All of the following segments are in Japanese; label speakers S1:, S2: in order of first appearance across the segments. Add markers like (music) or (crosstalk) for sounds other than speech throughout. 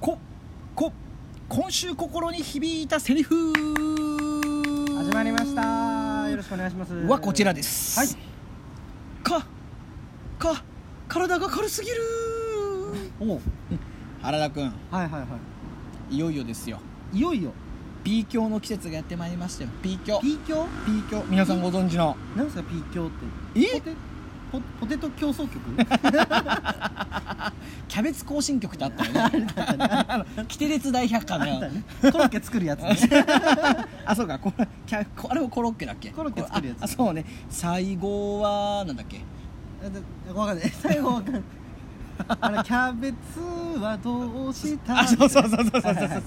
S1: ここ今週心に響いたセリフ
S2: 始まりましたよろしくお願いします
S1: はこちらです
S2: はい
S1: かか体が軽すぎるおう原田君
S2: はいはいはい
S1: よいよですよ
S2: いいよいよ
S1: P 教の季節がやってまいりましたよ P 教
S2: P 教
S1: P 教皆さんご存知の
S2: なんですか P 教って
S1: え
S2: ポテポポテト競争曲 (laughs)
S1: キャベツ行進曲ってあったよ
S2: (laughs)
S1: ねあのキテレツ大百科の
S2: あったねコロッケ作るやつ
S1: (laughs)
S2: ね
S1: あそうかこれキャこあれをコロッケだっけ
S2: コロッケ作るやつ
S1: ああそうね最後はなんだっけ
S2: わかんない最後わかんないあのキャベツはどうした
S1: あそうそうそうそうそうそう
S2: はいはいはい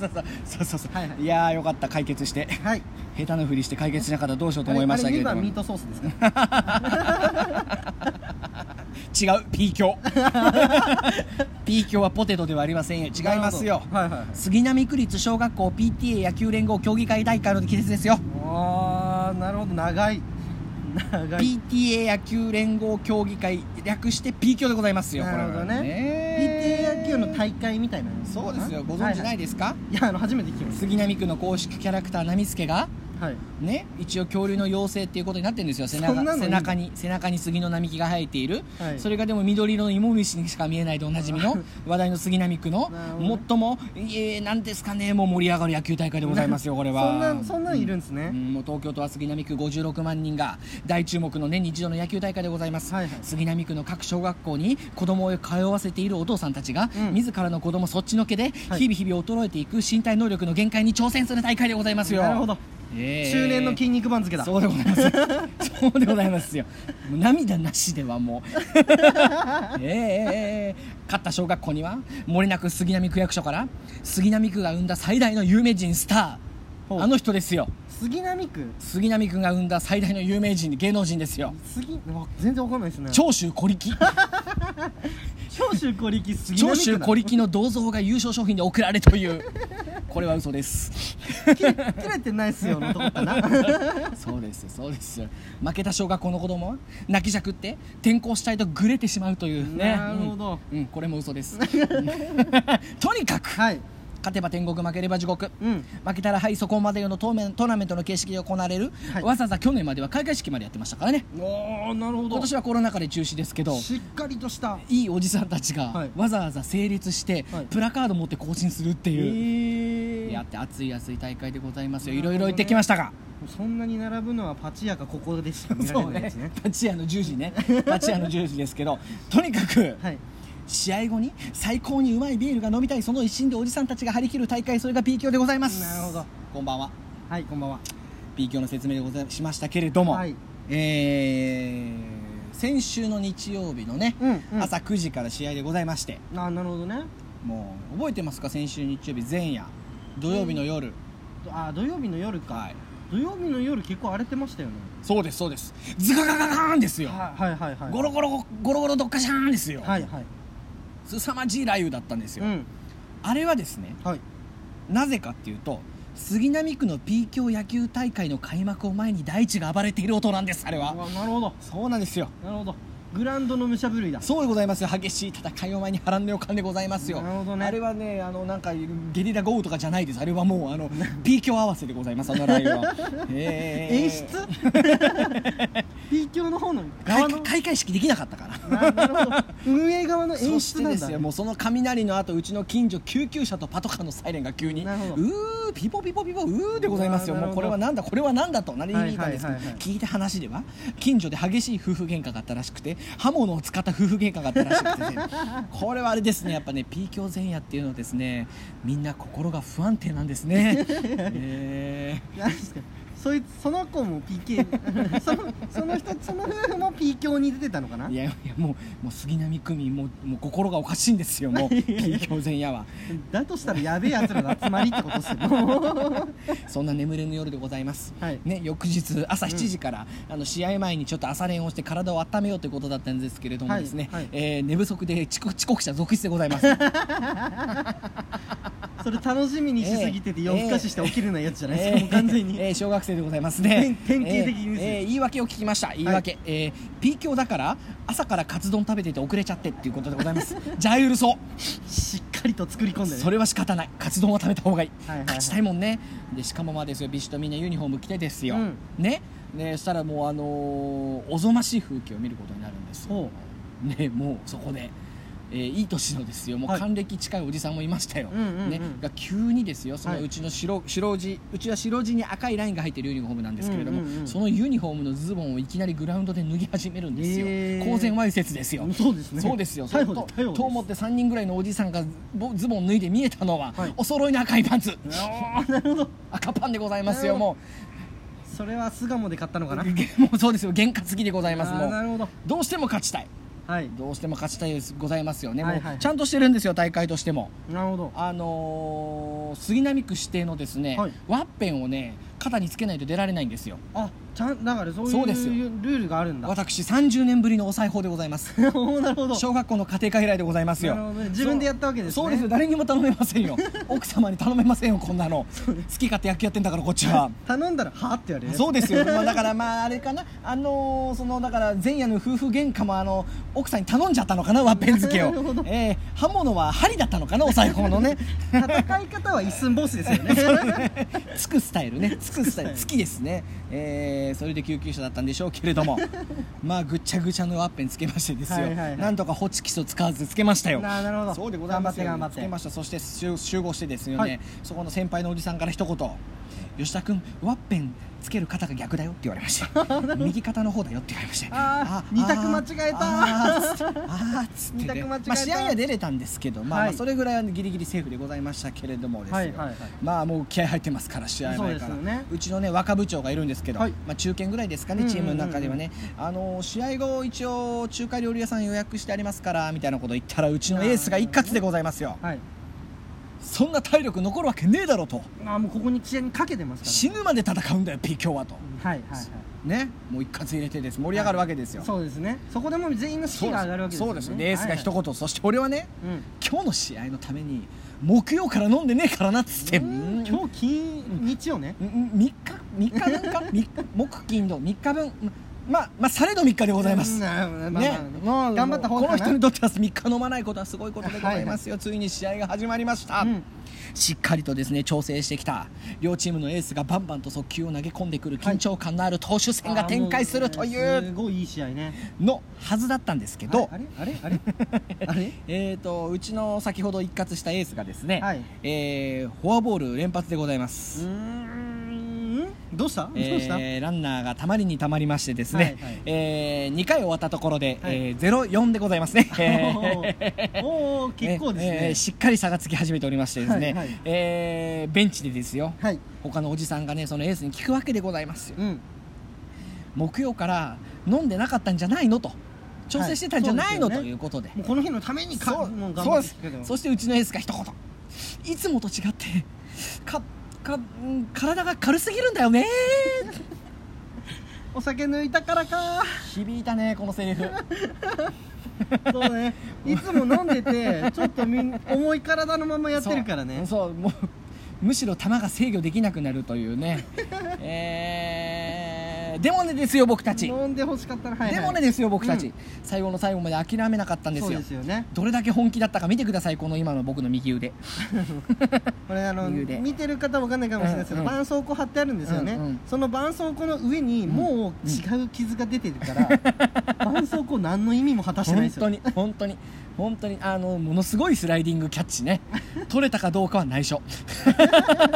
S1: そうそうそう
S2: はいはい
S1: いやーよかった解決して
S2: はい
S1: 下手なふりして解決しなかったらどうしようと
S2: あ
S1: 思
S2: れ
S1: いました
S2: あ
S1: け
S2: れ
S1: れ
S2: 2
S1: ど
S2: 番
S1: も違
S2: ミー
S1: う
S2: トソースですか
S1: P 教 (laughs) P 教はポテトではありませんよ違いますよ
S2: なるほどはいはい
S1: 杉並区立小学校 PTA 野球連合協議会大会の季節ですよ
S2: あーなるほど長い長い
S1: PTA 野球連合協議会略して P 教でございますよ
S2: なるほどね
S1: これは
S2: PTA 野球の
S1: ね
S2: 大会みたいな
S1: そうですよご存知ない
S2: い
S1: ですか、
S2: いやあの初めて聞きまし
S1: 杉並区の公式キャラクター波助が
S2: たはい
S1: ね一応恐竜の妖精っていうことになってるんですよ背
S2: そんな
S1: 中
S2: のい
S1: 背
S2: いの
S1: 中に背中に杉の並木が生えている、
S2: はい
S1: それがでも緑色の芋虫にしか見えないでおなじみ
S2: (laughs)
S1: の話題の杉並区の
S2: なるほどね
S1: 最もえー、なんですかねもう盛り上がる野球大会でございますよこれは
S2: (laughs) そんなそんなんいるんですね、
S1: うんもう東京都は杉並区56万人が大注目の年に一度の野球大会でございます、
S2: はいはい
S1: 杉並区の各小学校に子供を通わせているお父さんたちが、
S2: うん
S1: 自らの子供そっちのけで、
S2: はい
S1: 日々日々衰えていく身体能力の限界に挑戦する大会でございますよ
S2: なるほど、
S1: ええ
S2: 中年の筋肉番付だ
S1: そうでございます
S2: (laughs)
S1: そうでございますよもう涙なしではもうええええええ勝った小学校にはもれなく杉並区役所から杉並区が生んだ最大の有名人スタ
S2: ほ
S1: ー
S2: う
S1: あの人ですよ
S2: 杉並区
S1: 杉並区が生んだ最大の有名人芸能人ですよ
S2: 杉わ全然わかんないですね
S1: 長州小力
S2: 長州小力杉並
S1: 長
S2: 区
S1: 州小力の銅像が優勝賞品で贈られるというこれは嘘です
S2: 切れ切れてないっすよのとこかな
S1: (laughs) そうですそうです負けた小学校の子供は泣きじゃくって転校したいとぐれてしまうというね
S2: なるほど
S1: うん、うんこれも嘘です
S2: (laughs)
S1: (laughs) とにかく
S2: (laughs) はい
S1: 勝てば天国負ければ地獄
S2: うん
S1: 負けたらはいそこまでよのトーメントーナメントの形式で行われる、
S2: はい
S1: わざわざ去年までは開会式までやってましたからね
S2: おーなるほ
S1: 今年はコロナ禍で中止ですけど
S2: しっかりとした
S1: いいおじさんたちが
S2: はい
S1: わざわざ整列して
S2: はい
S1: プラカード持って行進するって
S2: え
S1: いう、
S2: ー
S1: やって熱い熱い大会でございますよ
S2: ないるほ
S1: ろ
S2: ど
S1: いろ
S2: ね
S1: 行ってきましたが、
S2: そんなに並ぶのはパチ屋かここでしか見られないやつね
S1: (laughs) パチ屋の10時ねパチ屋の10時ですけどとにかく
S2: はい
S1: 試合後に最高にうまいビールが飲みたいその一心でおじさんたちが張り切る大会それが P 強でございます
S2: なるほど
S1: こんばんは
S2: はいこんばんは
S1: P 強の説明でございしましたけれども、
S2: はい
S1: えー先週の日曜日のね、
S2: うんうん
S1: 朝9時から試合でございまして
S2: あなるほどね
S1: もう覚えてますか先週日曜日前夜土曜日の夜、
S2: あ土曜日の夜か、
S1: はい
S2: 土曜日の夜結構荒れてましたよね
S1: そうですそうですズガガガガーンですよ、
S2: はいはいはいはい
S1: ゴロゴロゴロゴロドッカシャーンですよ、
S2: はいはい
S1: 凄まじい雷雨だったんですよ、
S2: うん
S1: あれはですね
S2: はい
S1: なぜかっていうと杉並区の P 強野球大会の開幕を前に大地が暴れている音なんですあれ
S2: う
S1: は
S2: わなるほど
S1: そうなんですよ
S2: なるほどグラウンドの武者ぶりだ
S1: そうでございますよ激しい戦いを前に波乱の予感でございますよ
S2: なるほどね
S1: あれはねあのなんかゲリラ豪雨とかじゃないですあれはもうあの P 強合わせでございますあの雷雨
S2: (laughs)
S1: は、えー (laughs)
S2: 演出 P 響の方の側
S1: 開
S2: の
S1: 開会式できなかったから
S2: ななるほど運営側の
S1: そ
S2: 演
S1: し
S2: 出
S1: て
S2: な
S1: で
S2: んだ
S1: すよもうその雷の後うちの近所救急車とパトカーのサイレンが急にう
S2: なるほど
S1: ーピポピポピポうーでございますよ
S2: うわー
S1: もうこれはなんだこれはなんだと鳴り響いたんですけど
S2: はいはいはいはい
S1: 聞いた話では近所で激しい夫婦喧嘩があったらしくて刃物を使った夫婦喧嘩があったらしく
S2: (laughs)
S1: てねこれはあれですねやっぱね P 強前夜っていうのはですねみんな心が不安定なんです
S2: (laughs)
S1: ねえー
S2: 何ですかそいつその子も PK (laughs) そのその人その夫婦も P 響に出てたのかない
S1: やいやもうもう杉並区民もうもう心がおかしいんですよもう
S2: (laughs)
S1: P 強前夜は。
S2: だとしたらやべえやつらの集まりってことっ
S1: (laughs)
S2: すよは
S1: そんな眠れぬ夜でございます、
S2: はい
S1: ね、翌日朝7時から、あの試合前にちょっと朝練をして体を温めようということだったんですけれども
S2: はい
S1: ですね、
S2: はい
S1: えー寝不足で遅刻遅刻者続出でご
S2: (laughs)
S1: ざいます
S2: それ楽しみにしすぎてて
S1: ええ
S2: 夜更かしして起きるようなやつじゃないですか、もう完全に、
S1: えー小学生でございますね
S2: 典典型的で
S1: え
S2: す
S1: ーえー言い訳を聞きました言い訳、えー、P (laughs) 教だから朝からカツ丼食べてて遅れちゃってっていうことでございますジャイウルソ
S2: しっかかりと作り込んでね
S1: それは仕方ないカツ丼は食べた方がいい,、
S2: はいはいはい
S1: 勝ちたいもんねでしかもまあですよビシッとみんなユニフォーム着てですよ、
S2: うん
S1: ねねそしたらもうあのーおぞましい風景を見ることになるんですよ
S2: ほ
S1: ねもうそこで、えーいい年のですよも
S2: は
S1: う
S2: い
S1: 還暦近いおじさんもいましたよ、
S2: うんうんうん
S1: ね、が急にですよそのうちの白,、白地うちは白地に赤いラインが入ってるユニフォームなんですけれども、
S2: うんうんうん
S1: そのユニフォームのズボンをいきなりグラウンドで脱ぎ始めるんですよ、
S2: へー
S1: 公然わいせつですよ
S2: うそうですね
S1: そうですよ。
S2: 逮捕
S1: と
S2: です逮捕です
S1: と思って3人ぐらいのおじさんがぼズボン脱いで見えたのは、
S2: はい
S1: お揃いの赤いパンツ。
S2: なるほど
S1: 赤パンでございますよ。
S2: なるほ
S1: も
S2: それは巣鴨で買ったの
S1: (laughs)
S2: か
S1: う、
S2: な
S1: げもうそうですよ。原価付きでございます。
S2: あ
S1: も
S2: ーな
S1: う
S2: るほど
S1: どうしても勝ちたい。
S2: はい
S1: どうしても勝ちたいですございますよね。
S2: はいはい
S1: もうちゃんとしてるんですよ。大会としても。
S2: なるほど
S1: あのー杉並区指定のですね、
S2: はい
S1: ワッペンをね肩につけないと出られないんですよ。
S2: あちゃんだからそうい
S1: そうですよ
S2: うルールがあるんだ
S1: 私30年ぶりのお裁縫でございます。
S2: おーなるほど
S1: 小学校の家庭科以来でございますよ
S2: なるほどね自分でやったわけですね
S1: そうですよ誰にも頼めません
S2: (laughs)
S1: よ奥様に頼めませんよこんなの好き勝手野球やってんだからこっち
S2: (laughs)
S1: は
S2: 頼んだらはあって言われる
S1: そうですよ、まあ、だからまああれかなあのーそのだから前夜の夫婦喧嘩もあの奥さんに頼んじゃったのかなワッペン付けを
S2: なるほど
S1: えー刃物は針だったのかなお裁縫のね (laughs)
S2: 戦い方は一寸法師ですよね
S1: つくスタイルねつくスタイルつきですね、えーそれで救急車だったんでしょうけれど
S2: (laughs)
S1: もまあぐっちゃぐちゃのワッペンつけましてですよ、
S2: はいはいはい
S1: なんとかホチキスを使わずつけましたよ
S2: ななるほど
S1: そうでございますよ
S2: 頑張って
S1: つけ
S2: 頑張
S1: ま
S2: っ
S1: したそして集集合してですよね、
S2: はい
S1: そこの先輩のおじさんから一言「吉田君ワッペンつける肩が逆だよ」って言われました
S2: (laughs)
S1: 右肩の方だよって言われました
S2: あー二択間違えた
S1: あーつってあーつって
S2: 二
S1: ね
S2: 択間違えた
S1: まあ試合には出れたんですけど、まあ、
S2: はい
S1: まあそれぐらいはギリギリセーフでございましたけれどもですよ、
S2: はいはいはい
S1: まあもう気合入ってますから試合前から
S2: そうですよね
S1: うちのね若部長がいるんですけど、
S2: はい
S1: まあ中堅ぐらいですかね
S2: うんうんうん
S1: チームの中ではね、あの試合後一応中華料理屋さん予約してありますからみたいなこと言ったらうちのエースが一括でございますよ
S2: はい
S1: そんな体力残るわけねえだろと
S2: あもうここに試合にかけてますから
S1: 死ぬまで戦うんだよ P 強はと
S2: はいはいはい
S1: ねもう一括入れてです盛り上がるわけですよ、
S2: そうですねそこでもう全員の士気が上がるわけですよ
S1: そう
S2: ね
S1: ですよでエースが一
S2: はい
S1: 言、そして俺はね
S2: はい
S1: 今日の試合のために木曜から飲んでねえからなっつって
S2: うんうん今日金日曜ね
S1: んん3日3日分かみ木金土3日分まあまあされど3日でございます、
S2: うんあまあまあ
S1: ね、もう
S2: 頑張った方
S1: この
S2: かな
S1: 人にとっては3日飲まないことはすごいことでございますよ、ついに試合が始まりました、
S2: うん
S1: しっかりとですね調整してきた両チームのエースがバンバンと速球を投げ込んでくる
S2: はい
S1: 緊張感のある投手戦が展開するとい
S2: あもね
S1: う
S2: すごいいい試合ね
S1: のはずだったんですけど
S2: あれあれあれ
S1: (laughs)
S2: あれ
S1: えー、とうちの先ほど一括したエースがですね、
S2: はい
S1: えーフォアボール連発でございま
S2: う
S1: す、
S2: ーんどうしたどうした
S1: えーランナーがたまりにたまりましてですね、
S2: はいはい
S1: え2回終わったところで、
S2: はい
S1: えー0-4でござい (laughs) ますね、
S2: おーおー結構です
S1: えーえ
S2: ね
S1: ーしっかり差がつき始めておりましてですね、
S2: はいはい
S1: えーベンチでですよ
S2: はい
S1: 他のおじさんがねそのエースに聞くわけでございますよ
S2: うん
S1: 木曜から飲んでなかったんじゃないのと調整してたんじゃないの、
S2: はいそうですよね
S1: ということで
S2: もうこの日のためにか
S1: そう
S2: もう頑
S1: そ
S2: 張
S1: う
S2: っ
S1: で
S2: て
S1: す
S2: 聞くけど
S1: そしてうちのエースが一言いつもと違ってかかん体が軽すぎるんだよね
S2: お酒抜いたからか
S1: 響いたねこのセリフ
S2: そうだ
S1: (laughs)
S2: ねいつも飲んでてちょっとみん重い体のままやってるからね
S1: そうそうもうむしろ球が制御できなくなるというねえーでもねですよ僕たち、
S2: 飲んでほしかったらはい、はい、
S1: でもねですよ僕たち、
S2: うん
S1: 最後の最後まで諦めなかったんです
S2: そう
S1: よ
S2: ですよね
S1: どれだけ本気だったか見てくださいこの今の僕の右腕
S2: これあの
S1: 理由で
S2: 見てる方わかんないかもしれないですけど、
S1: うんうん
S2: 絆創膏貼ってあるんですよね、
S1: うんうん
S2: その絆創膏の上にもう違う傷が出てる
S1: (laughs)
S2: から、絆創膏何の意味も果たしてな
S1: 本
S2: いですよ
S1: 当に本当に本当にあのものすごいスライディングキャッチ
S2: (laughs)
S1: ね取れたかどうかは内緒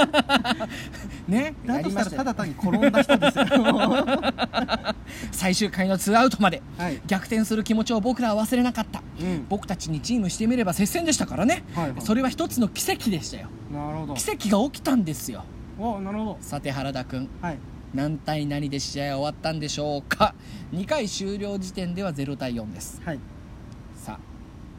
S1: (laughs) ね
S2: だ
S1: や
S2: としたら
S1: りまよ
S2: ただ単に転んだ人
S1: (laughs)
S2: ですよは
S1: 最終回のツーアウトまで
S2: い、
S1: 逆転する気持ちを僕らは忘れなかった
S2: うん、
S1: 僕たちにチームしてみれば接戦でしたからね、
S2: はいはい
S1: それは一つの奇跡でしたよ
S2: なるほど
S1: 奇跡が起きたんですよ
S2: おなるほど
S1: さて原田君
S2: はい
S1: 何対何で試合は終わったんでしょうか2回終了時点では0対4です
S2: はい
S1: さあ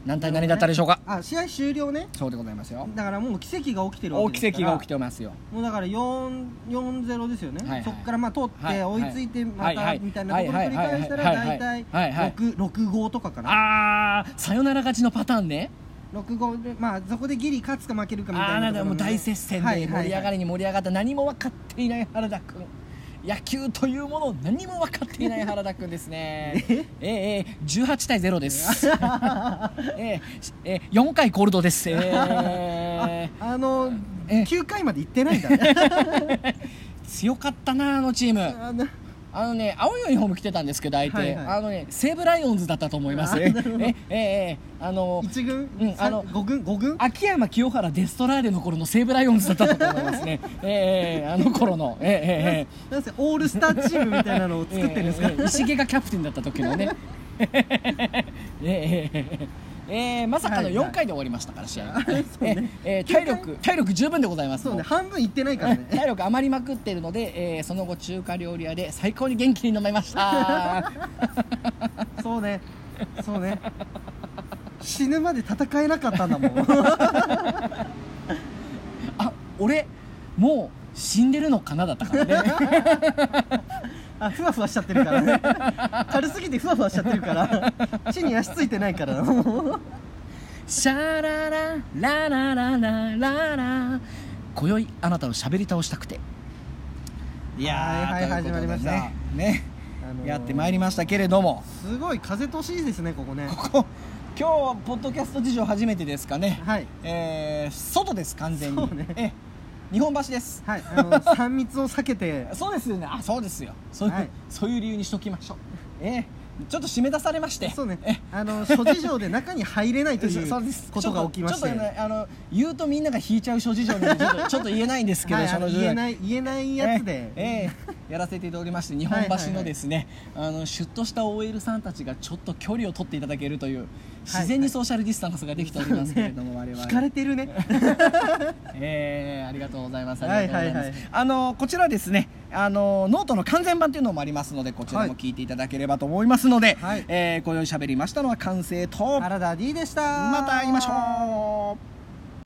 S1: 何対何だったでしょうか、
S2: あ試合終了ね
S1: そうでございますよ
S2: だからもう奇跡が起きてるわ
S1: 大
S2: け
S1: 奇
S2: ですか
S1: 跡
S2: ら
S1: が起きてますよ
S2: もうだから4 4-0ですよね、
S1: はいはい
S2: そこからまあ取って、
S1: はいはい
S2: 追いついてま
S1: はいは
S2: た
S1: い
S2: みたいなところを繰り返したら
S1: はいは
S2: 大
S1: いはい
S2: 体
S1: はいはい
S2: 6, 6号とかかな
S1: あーさよなら勝ちのパターンね
S2: 6号でまあそこでギリ勝つか負けるかみた
S1: あ
S2: い
S1: ー
S2: な
S1: な
S2: と
S1: んだもう
S2: ころもね
S1: 大接戦で盛り上がりに盛り上がった何も分かっていない原田君野球というものを何も分かっていない原田君です
S2: (laughs)
S1: ねええええ18対0ですええええ4回ゴールドです、え
S2: (laughs)
S1: え
S2: あの
S1: え
S2: 9回まで行ってないんだね
S1: (laughs) 強かったなあのチーム
S2: あの
S1: あのね青いユニフォーム着てたんですけど相手、
S2: はいはい
S1: あのね西武ライオンズだったと思います
S2: あ
S1: え
S2: なるほど
S1: えええあの
S2: 一軍
S1: うんあ
S2: あ
S1: の
S2: の5軍5軍
S1: 秋山清原デストラーデの頃の西武ライオンズだったと思いますねええええあの頃のええええ
S2: なんせオールスターチームみたいなのを作ってるんですか、
S1: ええええ石毛がキャプテンだった時のね
S2: (laughs)
S1: ええええええまさかの
S2: はいはい
S1: 4回で終わりましたから試合が、
S2: そうね
S1: ええええ体力体力十分でございます
S2: そうね
S1: も
S2: 半分行ってないから
S1: う (laughs)
S2: ね
S1: 体力余りまくっているので、ええその後中華料理屋で最高に元気に飲めました
S2: そうねそうね死ぬまで戦えなかったんだもん
S1: あ俺もう死んでるのかなだったからね
S2: (laughs) あふわふわしちゃってるからね軽すぎてふわふわしちゃってるから地に足ついてないからもう
S1: シャララララララララ今宵あなたを喋り倒したくてい
S2: はいはい
S1: とうことで
S2: 始まりました
S1: ねね
S2: あのー
S1: (laughs) やってまいりましたけれども
S2: すごい風通しいいですねここね
S1: ここ今日はポッドキャスト事情初めてですかね、
S2: はい
S1: えー外です完全に、
S2: そうね
S1: ええ日本橋です
S2: はいあの3密を避
S1: (laughs)
S2: けて
S1: そうですよねあそうですよそういう、
S2: はい
S1: そういう理由にしときましょうええちょっと締め出されまして
S2: そうね
S1: ええ
S2: あの諸事情で中に入れないと
S1: (laughs)
S2: い
S1: そうで
S2: う
S1: す
S2: ことが起きまして
S1: ちょっとちょっとねあの言うとみんなが引いちゃう諸事情なんでちょっとちょっと言えないんですけど、
S2: はい
S1: そ
S2: あの
S1: の事情
S2: 言えない言えないやつで、
S1: ええええやらせていただきまして日本橋のですね、あのシュッとした OL さんたちがちょっと距離を取っていただけるという自然にソーシャルディスタンスができておりますけれど
S2: (laughs)
S1: も、我々
S2: 惹かれてる
S1: (laughs)
S2: ね
S1: えー、ありがとうございます。ありがとうございます。
S2: はいはいはい
S1: あのこちらですね、あのノートの完全版というのもありますので、こちらも聞いていただければと思いますので、
S2: はい
S1: えー、ご用意しゃべりましたのは完成と、ま
S2: 原田 D でした
S1: た会いましょう。